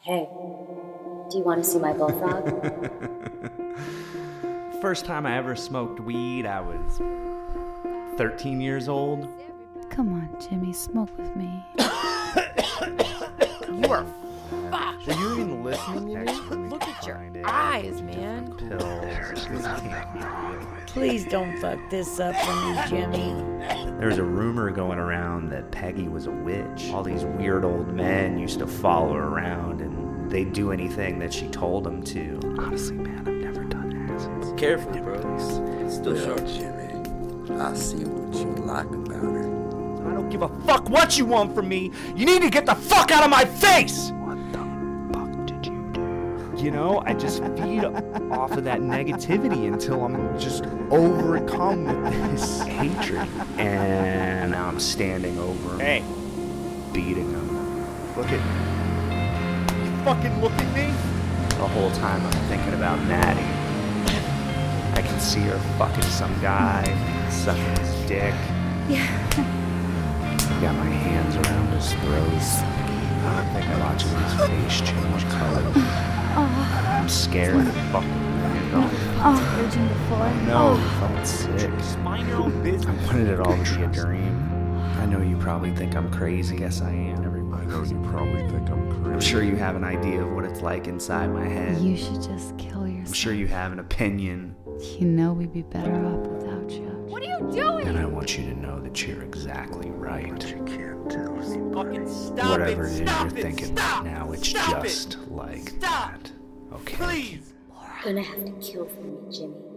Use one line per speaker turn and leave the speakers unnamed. Hey, do you want to see my bullfrog?
First time I ever smoked weed, I was 13 years old.
Come on, Jimmy, smoke with me.
You are
Are you even listening to me?
Look at your eyes, man.
Please don't fuck this up for me, Jimmy.
There was a rumor going around that Peggy was a witch. All these weird old men used to follow her around and they'd do anything that she told them to. Honestly, man, I've never done that.
Careful, bro. It's still short. Jimmy, I see what you like about her.
I don't give a fuck what you want from me. You need to get the fuck out of my face! What the fuck did you do? You know, I just feed off of that negativity until I'm just overcome with this hatred. And now I'm standing over him,
Hey,
beating him.
look at You fucking look at me?
The whole time I'm thinking about Natty. I can see her fucking some guy, sucking his dick. Yeah. Got my hands around his throat. I think I'm watching his face change color. I'm scared of fucking million dollars.
Oh, urging the floor.
No, fucking sick.
Mind your own business.
I wanted it all to be a dream. I know you probably think I'm crazy. Yes, I am. Everybody.
I know you probably think I'm
I'm
crazy.
sure you have an idea of what it's like inside my head.
You should just kill
I'm
yourself.
sure you have an opinion.
You know we'd be better off without you.
What are you doing?
And I want you to know that you're exactly right.
can't tell me.
Fucking stop
Whatever it
it.
is
Stop
you're
it.
thinking
stop.
right now, it's
stop
just
It.
like
Stop.
that. Okay.
Please.
You're gonna have to kill for me, Jimmy.